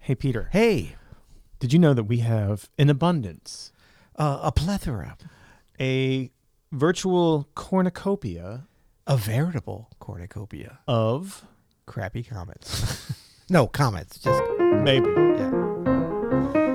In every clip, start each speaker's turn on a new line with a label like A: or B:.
A: Hey, Peter,
B: Hey,
A: did you know that we have in abundance
B: uh, a plethora,
A: a virtual cornucopia
B: a veritable cornucopia,
A: of
B: crappy comments. no comments, just
A: maybe?
B: yeah.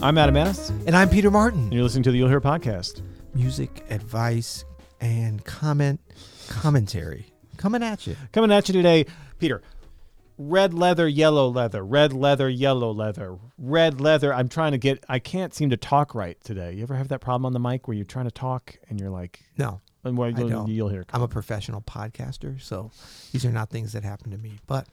A: I'm Adam Annis, and
B: And I'm Peter Martin.
A: you're listening to the You'll Hear podcast.
B: Music advice and comment commentary coming at you.
A: Coming at you today, Peter. Red leather, yellow leather, red leather, yellow leather, red leather. I'm trying to get, I can't seem to talk right today. You ever have that problem on the mic where you're trying to talk and you're like,
B: No,
A: and well,
B: I
A: you'll,
B: don't.
A: you'll hear.
B: I'm a professional podcaster, so these are not things that happen to me. But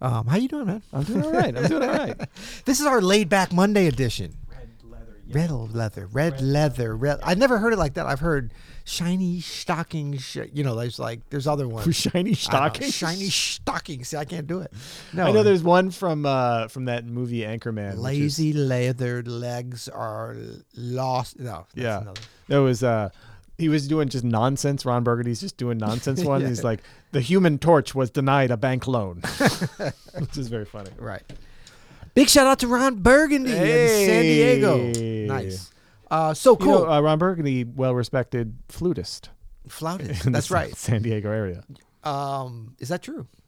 B: um, how you doing, man?
A: I'm doing all right. I'm doing all right.
B: This is our laid back Monday edition.
A: Red leather,
B: Red leather, red, leather, red. I never heard it like that. I've heard shiny stocking. Sh- you know, there's like there's other ones.
A: shiny
B: I don't know,
A: stockings.
B: shiny stockings. See, I can't do it. No,
A: I know there's one from uh, from that movie Anchorman. which is-
B: lazy leather legs are lost. No, that's
A: Yeah.
B: another.
A: That was uh he was doing just nonsense. Ron Burgundy's just doing nonsense one. He's like, the human torch was denied a bank loan. Which is very funny.
B: Right. Big shout out to Ron Burgundy in San
A: Hey.
B: Diego. Nice. Uh, so
A: You
B: cool.
A: know, uh, Ron Burgundy, well respected flutist.
B: Flouted.
A: in the
B: That's
A: San-
B: right.
A: San Diego area.
B: Um, is that true?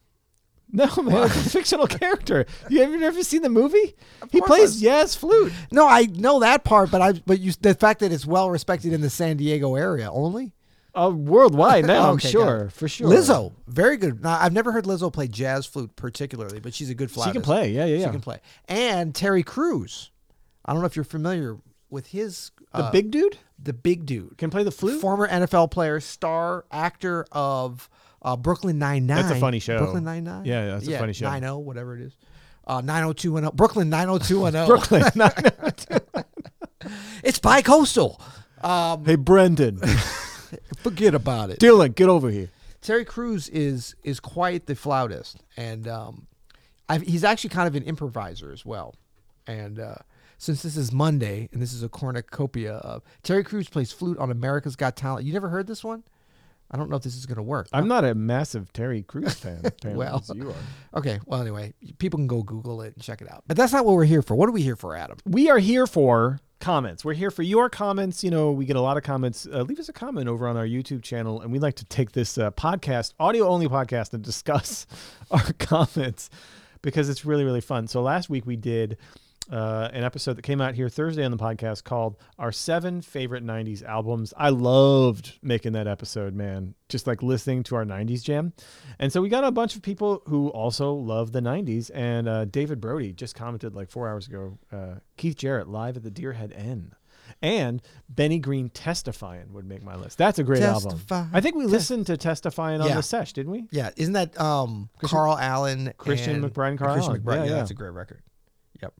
A: No, man, it's a fictional character. You have you never seen the movie? He
B: course
A: plays
B: I've-
A: jazz flute.
B: No, I know that part, but I but you the fact that it's well respected in the San Diego area only.
A: Uh, worldwide now, I'm
B: Okay, got
A: sure.
B: it.
A: For sure.
B: Lizzo, very good. Now, I've never heard Lizzo play jazz flute particularly, but she's a good
A: She
B: flautist.
A: can play. Yeah, yeah, yeah.
B: She can play. And Terry Crews. I don't know if you're familiar with his
A: The
B: uh,
A: big dude
B: the big dude,
A: can play the flute.
B: former NFL player, star actor of uh, Brooklyn Nine Nine.
A: That's a funny show.
B: Brooklyn Nine Nine.
A: Yeah, yeah, that's a funny show.
B: Nine O, whatever it is. Uh, 90210 Brooklyn 90210
A: Brooklyn.
B: it's bi-coastal um,
A: hey, Brendan.
B: forget about it
A: Dylan, get over here.
B: Terry Crews is is quite the flautist, and um, I've, he's actually kind of an improviser as well. And uh, since this is Monday and this is a cornucopia of Terry Crews plays flute on America's Got Talent. You never heard this one? I don't know if this is gonna work.
A: I'm not a massive Terry Crews fan. Apparently,
B: Well.
A: as you are.
B: Okay, well anyway, people can go Google it and check it out. But that's not what we're here for. What are we here for, Adam?
A: We are here for comments. We're here for your comments. You know, we get a lot of comments. Uh, leave us a comment over on our YouTube channel, and we'd like to take this uh, podcast, audio only podcast, and discuss our comments because it's really, really fun. So last week we did. Uh, an episode that came out here Thursday on the podcast called Our Seven Favorite 90s Albums. I loved making that episode, man. Just like listening to our 90s jam. And so we got a bunch of people who also love the 90s. And uh, David Brody just commented like four hours ago uh, Keith Jarrett live at the Deerhead Inn. And Benny Green testifying would make my list. That's a great
B: Testify,
A: album. I think we listened to testifying on
B: Yeah.
A: the sesh, didn't we?
B: Yeah, isn't that um, Carl Allen,
A: Christian
B: and-
A: McBride and Carl
B: Christian
A: Allen.
B: McBride,
A: Yeah,
B: yeah,
A: yeah.
B: that's a great record. Yep.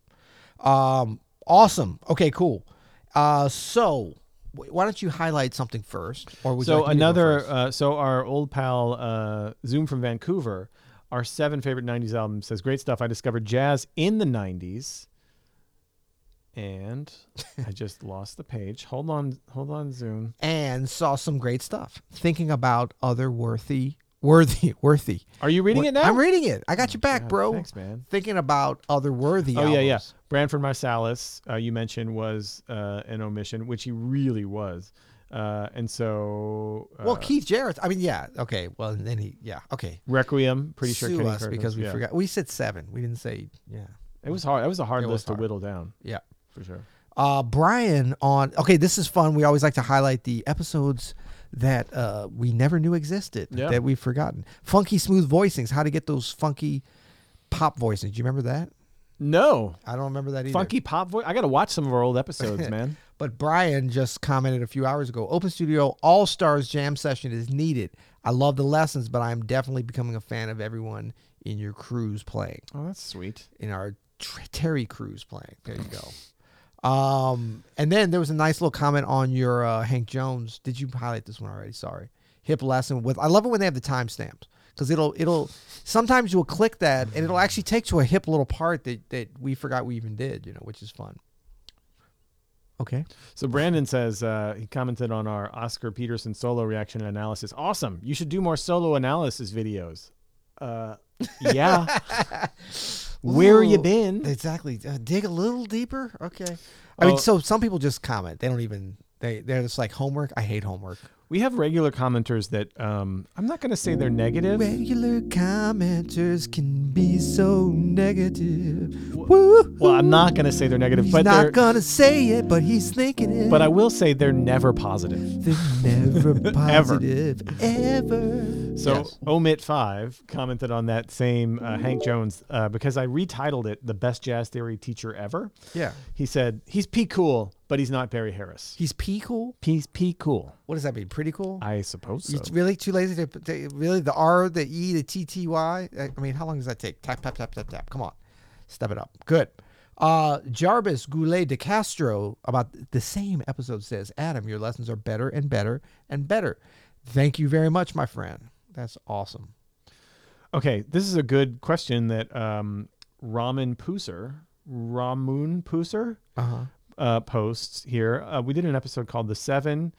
B: Um, awesome. Okay, cool. Uh, so wh- why don't you highlight something first, or would you
A: so
B: like me to go
A: another,
B: first?
A: uh, so our old pal uh, Zoom from Vancouver, our seven favorite '90s albums says great stuff. I discovered jazz in the '90s, and I just lost the page. Hold on, hold on, Zoom.
B: and saw some great stuff. Thinking about other worthy, worthy, worthy.
A: Are you reading
B: Wor-
A: it now? Oh
B: I'm reading it. I got you back,
A: God,
B: bro.
A: Thanks, man.
B: Thinking about other worthy.
A: Oh yeah, yeah.
B: albums.
A: Branford Marsalis, uh, you mentioned was uh, an omission, which he really was, uh, and so uh,
B: Well, Keith Jarrett. I mean, yeah. Okay. Well, and then he. Yeah. Okay.
A: Requiem. Pretty sure
B: Sue
A: Kenny
B: us
A: Kirkland's-
B: because we
A: yeah.
B: forgot. We said seven. We didn't say. Yeah.
A: It was hard. That was a hard
B: It was
A: list
B: hard.
A: to whittle down
B: Yeah.
A: for sure.
B: uh, Brian on. Okay, this is fun. We always like to highlight the episodes that uh, we never knew existed
A: Yeah.
B: that we've forgotten. Funky smooth voicings. How to get those funky pop voicings? Do you remember that?
A: No,
B: I don't remember that either.
A: funky pop voice. I got to watch some of our old episodes, man.
B: But Brian just commented a few hours ago. Open Studio All Stars Jam Session is needed. I love the lessons, but I am definitely becoming a fan of everyone in your crews playing.
A: Oh, that's sweet.
B: in our Tr- Terry Crews playing. There you go. Um, and then there was a nice little comment on your uh, Hank Jones. Did you highlight this one already? Sorry. Hip lesson with. I love it when they have the timestamps because it'll it'll sometimes you'll click that and it'll actually take to a hip little part that that we forgot we even did. You know, which is fun. Okay.
A: So Brandon says uh, he commented on our Oscar Peterson solo reaction and analysis. Awesome! You should do more solo analysis videos. Uh, yeah. Where you
B: Ooh,
A: been?
B: Exactly. Uh, dig a little deeper. Okay. I mean,
A: Oh.
B: so some people just comment. They don't even. They they're just like homework. I hate homework.
A: We have regular commenters that um, I'm not going to say they're negative.
B: Regular commenters can be so negative.
A: Well, I'm not going to say they're negative,
B: He's
A: but they're,
B: not gonna say it, but he's thinking it.
A: but I will say they're never positive.
B: They're never
A: positive,
B: positive ever.
A: So
B: Yes.
A: Omit Five commented on that same uh, Hank Jones uh, because I retitled it "The Best Jazz Theory Teacher Ever."
B: Yeah.
A: He said he's P cool, but he's not Barry Harris.
B: He's pee cool.
A: He's P cool,
B: What does that mean? Pretty cool.
A: I suppose. So.
B: you really too lazy to, to really the R, the E, the T T Y. uh, I I mean, how long does that take? Tap tap tap tap tap. Come on, step it up. Good. Uh, Jarvis Goulet de Castro about the same episode says, Adam, your lessons are better and better and better. Thank you very much, my friend. That's awesome.
A: Okay, this is a good question that um, Raman Pooser, Ramun Pooser,
B: Uh huh.
A: uh, posts here. Uh, we did an episode called The Seven.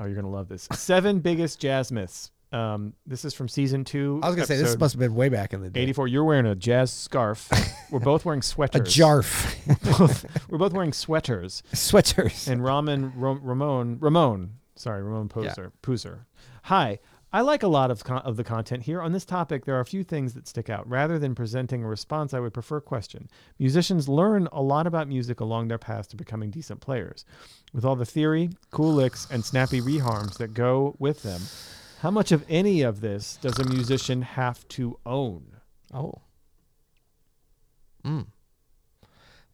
A: Oh, you're gonna love this. Seven biggest jazz myths. Um, this is from season two.
B: I was gonna say this
A: episode
B: must have been way back in the day.
A: 84. You're wearing a jazz scarf. We're both wearing
B: a
A: sweaters.
B: jarf,
A: We're both wearing sweaters.
B: sweaters.
A: And Ramen Ro- Ramon Ramon, sorry, Ramon Poser Pooser. Hi. I like a lot of con- of the content here. On this topic, there are a few things that stick out. Rather than presenting a response, I would prefer question. Musicians learn a lot about music along their path to becoming decent players. With all the theory, cool licks, and snappy reharms that go with them, how much of any of this does a musician have to own?
B: Oh. Mm.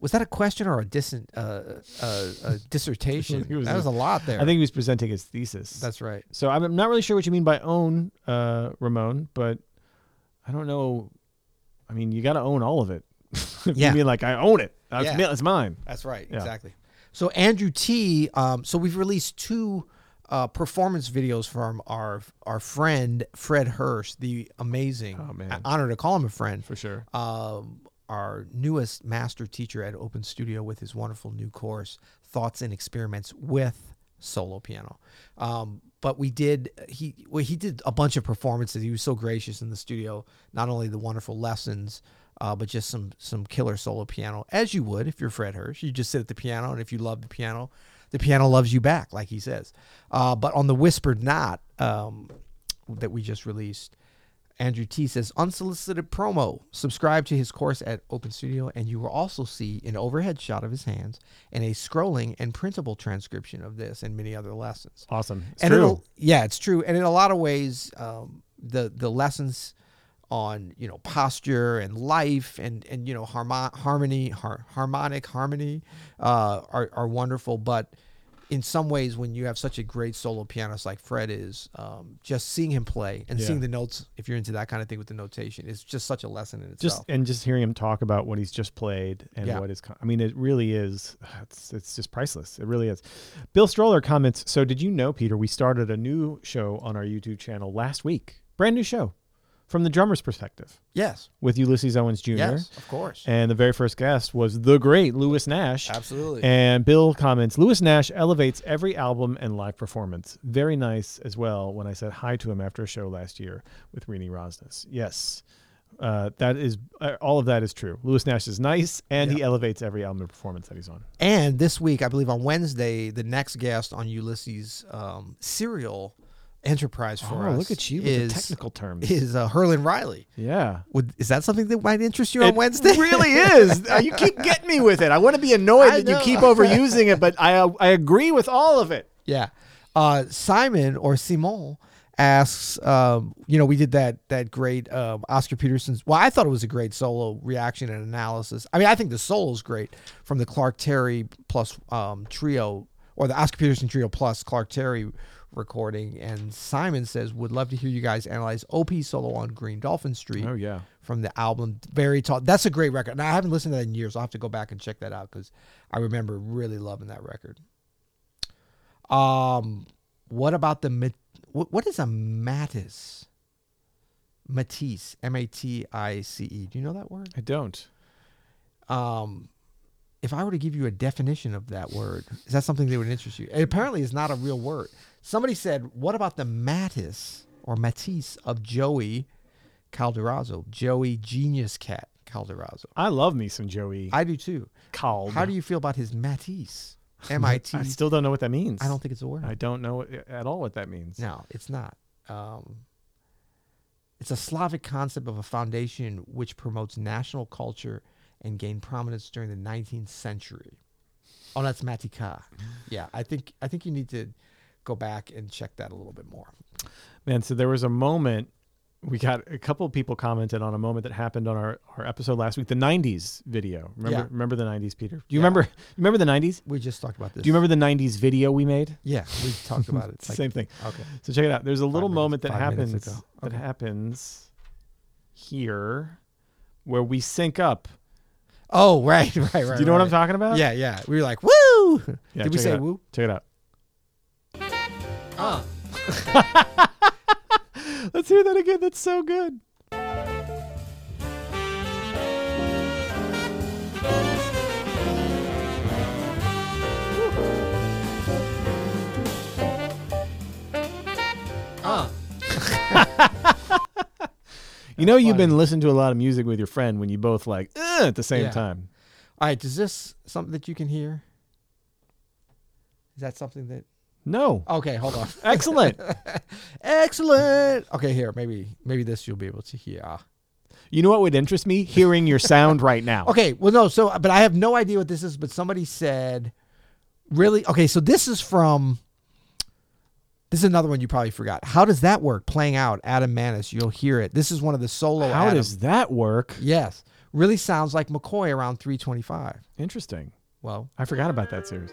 B: Was that a question or a distant uh, uh, a dissertation?
A: It was
B: that
A: a-
B: was a lot there.
A: I think he was presenting his thesis.
B: that's right.
A: So I'm I'm not really sure what you mean by own, uh, Ramon, but I don't know. I mean, you got to own all of it. If
B: Yeah.
A: You mean like I own it? That's
B: Yeah.
A: mi- It's mine.
B: That's right.
A: Yeah.
B: Exactly. So Andrew T. Um, so we've released two uh, performance videos from our our friend Fred Hurst, the amazing.
A: Oh, man.
B: I- honor to call him a friend.
A: For sure.
B: um, our newest master teacher at Open Studio with his wonderful new course, Thoughts and Experiments with Solo Piano. Um, but we did he well, he did a bunch of performances. He was so gracious in the studio. Not only the wonderful lessons, uh, but just some some killer solo piano, as you would if you're Fred Hirsch. You just sit at the piano, and if you love the piano, the piano loves you back, like he says. Uh, but on the whispered knot um, that we just released, Andrew T says, unsolicited promo. Subscribe to his course at Open Studio, and you will also see an overhead shot of his hands and a scrolling and printable transcription of this and many other lessons.
A: Awesome. It's
B: and
A: true.
B: it'll- yeah, it's true. And in a lot of ways, um, the the lessons on you know posture and life and and you know harmon- harmony, har- harmonic harmony, uh, are are wonderful. But in some ways, when you have such a great solo pianist like Fred is, um, just seeing him play and
A: Yeah.
B: seeing the notes, if you're into that kind of thing with the notation, is just such a lesson in itself.
A: just and just hearing him talk about what he's just played and
B: Yeah.
A: what is. co- I mean, it really is. It's it's just priceless. It really is. Bill Stroller comments. So did you know, Peter? We started a new show on our YouTube channel last week. Brand new show, from the drummer's perspective,
B: yes,
A: with Ulysses Owens Jr.
B: yes, of course,
A: And the very first guest was the great Lewis Nash.
B: absolutely.
A: And Bill comments, Lewis Nash elevates every album and live performance. Very nice as well when I said hi to him after a show last year with Rini Rosnes. Yes. Uh, that is uh, all of that is true. Lewis Nash is nice, and he elevates every album and performance that he's on.
B: And this week, I believe on Wednesday, the next guest on Ulysses um, serial enterprise for
A: Oh,
B: us. is,
A: terms.
B: is uh, Herlin Riley.
A: yeah,
B: Would is that something that might interest you on Wednesday?
A: really is. Uh, you keep getting me with it. I want to be annoyed
B: I
A: that you
B: know.
A: keep overusing it, but I uh, I agree with all of it.
B: yeah. Uh, Simon or Simon asks, um, you know, we did that that great um, Oscar Peterson's. Well, I thought it was a great solo reaction and analysis. I mean, I think the solo's great from the Clark Terry plus um, trio or the Oscar Peterson trio plus Clark Terry recording. And Simon says, would love to hear you guys analyze OP solo on Green Dolphin Street.
A: yeah.
B: from the album Very Tall. That's a great record. And I haven't listened to that in years. I'll have to go back and check that out because I remember really loving that record. Um, what about the mat- what, what is a Matisse? Matisse, M A T I C E. Do you know that word?
A: I don't.
B: Um, if I were to give you a definition of that word, is that something that would interest you? It apparently is not a real word. Somebody said, "What about the Matisse or Matisse of Joey Calderazzo? Joey Genius Cat Calderazzo."
A: I love me some Joey
B: I do too.
A: Cald.
B: How do you feel about his Matisse? M I T. E?
A: I still don't know what that means.
B: I don't think it's a word.
A: I don't know at all what that means.
B: No, it's not. Um, it's a Slavic concept of a foundation which promotes national culture and gained prominence during the 19th century. Oh, that's Matika.
A: Mm-hmm.
B: Yeah, I think I think you need to go back and check that a little bit more.
A: Man, so there was a moment we got a couple of people commented on a moment that happened on our, our episode last week, the '90s video. Remember,
B: Yeah.
A: remember the '90s, Peter? Do you
B: Yeah.
A: remember? You remember the '90s?
B: We just talked about this.
A: Do you remember the '90s video we made?
B: Yeah, we talked about it. It's like-
A: Same thing.
B: Okay.
A: So check it out. There's a little
B: minutes-
A: moment that
B: five
A: happens
B: minutes ago.
A: that
B: Okay.
A: happens here, where we sync up.
B: Oh, right, right, right.
A: Do you know what I'm talking about?
B: Yeah, yeah. We were like, woo.
A: Yeah,
B: Did we
A: check it
B: say
A: out.
B: woo?
A: Check it out.
B: Uh.
A: Let's hear that again. That's so good.
B: Uh.
A: You know, you've
B: funny.
A: been listening to a lot of music with your friend when you both like "Ugh," at the same
B: Yeah.
A: time.
B: All right. Is this something that you can hear? Is that something that?
A: No.
B: Okay, hold on.
A: Excellent.
B: Excellent. Okay, here maybe maybe this you'll be able to hear. Ah.
A: You know what would interest me? Hearing your sound right now.
B: Okay, well no, so but I have no idea what this is. But somebody said, really? Okay, so this is from. This is another one you probably forgot. How does that work? Playing out Adam Manis, you'll hear it. This is one of the solo.
A: How
B: Adam-
A: does that work?
B: Yes, really sounds like McCoy around 325.
A: Interesting.
B: Well,
A: I forgot about that series.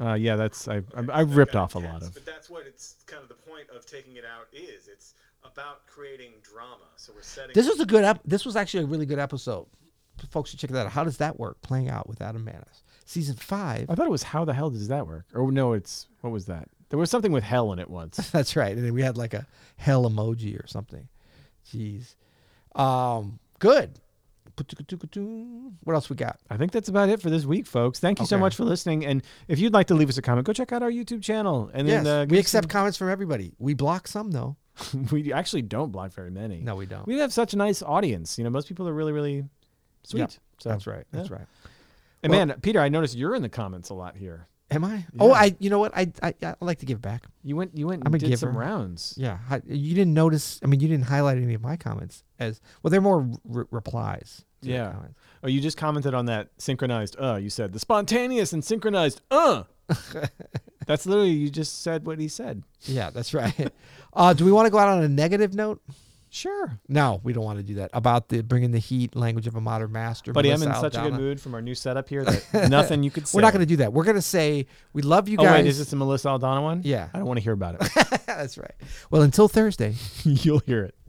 A: Uh, yeah, that's I, I, I ripped off a lot of.
C: But that's what it's kind of the point of taking it out is. It's about creating drama. So we're setting.
B: this was a good. Ep- this was actually a really good episode. Folks should check that out. How does that work? Playing out with Adam Manis, season five.
A: I thought it was how the hell does that work? Or no, it's what was that? There was something with hell in it once.
B: That's right. And then we had like a hell emoji or something. Jeez. Um, good. What else we got?
A: I think that's about it for this week, folks. Thank you so
B: Okay.
A: much for listening. And if you'd like to leave us a comment, go check out our YouTube channel. And
B: Yes,
A: then uh,
B: we
A: give us
B: accept comments from everybody. We block some though.
A: some- we actually don't block very many.
B: No, we don't.
A: we have such a nice audience. You know, most people are really, really sweet.
B: Yeah,
A: so
B: that's right. That's
A: yeah.
B: right.
A: And
B: Well-
A: man, Peter, I noticed you're in the comments a lot here.
B: Am I? Oh,
A: Yeah.
B: I. You know what? I, I I like to give back.
A: You went, you went, and
B: I'm a
A: did some
B: giver.
A: rounds.
B: Yeah. hi- You didn't notice. I mean, you didn't highlight any of my comments as well. They're more re- replies. to the
A: Yeah.
B: comments.
A: Oh, you just commented on that synchronized. Uh, you said the spontaneous and synchronized. Uh, that's literally you just said what he said.
B: Yeah, that's right. uh, do we want to go out on a negative note?
A: Sure,
B: No, we don't want to do that. About the bringing the heat language of a modern master.
A: buddy, I'm in
B: Melissa
A: such a
B: Aldana.
A: good mood from our new setup here that nothing you could say.
B: We're not going to do that. We're going to say we love you
A: Oh
B: guys.
A: wait, is this the Melissa Aldana one?
B: Yeah.
A: I don't want to hear about it.
B: That's right. Well, until Thursday.
A: You'll hear it.